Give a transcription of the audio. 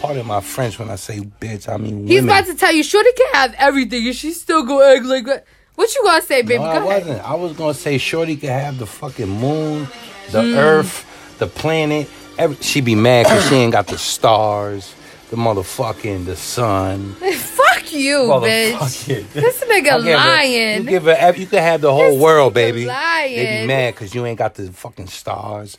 Pardon my French when I say bitch. I mean women. He's about to tell you, Shorty can have everything, and she's still gonna act like that. What you gonna say, baby? No, Go I ahead. wasn't. I was gonna say Shorty could have the fucking moon, the Hmm. earth, the planet. Every, she be mad because she ain't got the stars, the motherfucking the sun. Fuck you, bitch. Motherfucking- This I nigga give her- lying. you give her. ev- You could have the whole This world, nigga baby. They lying. be mad because you ain't got the fucking stars.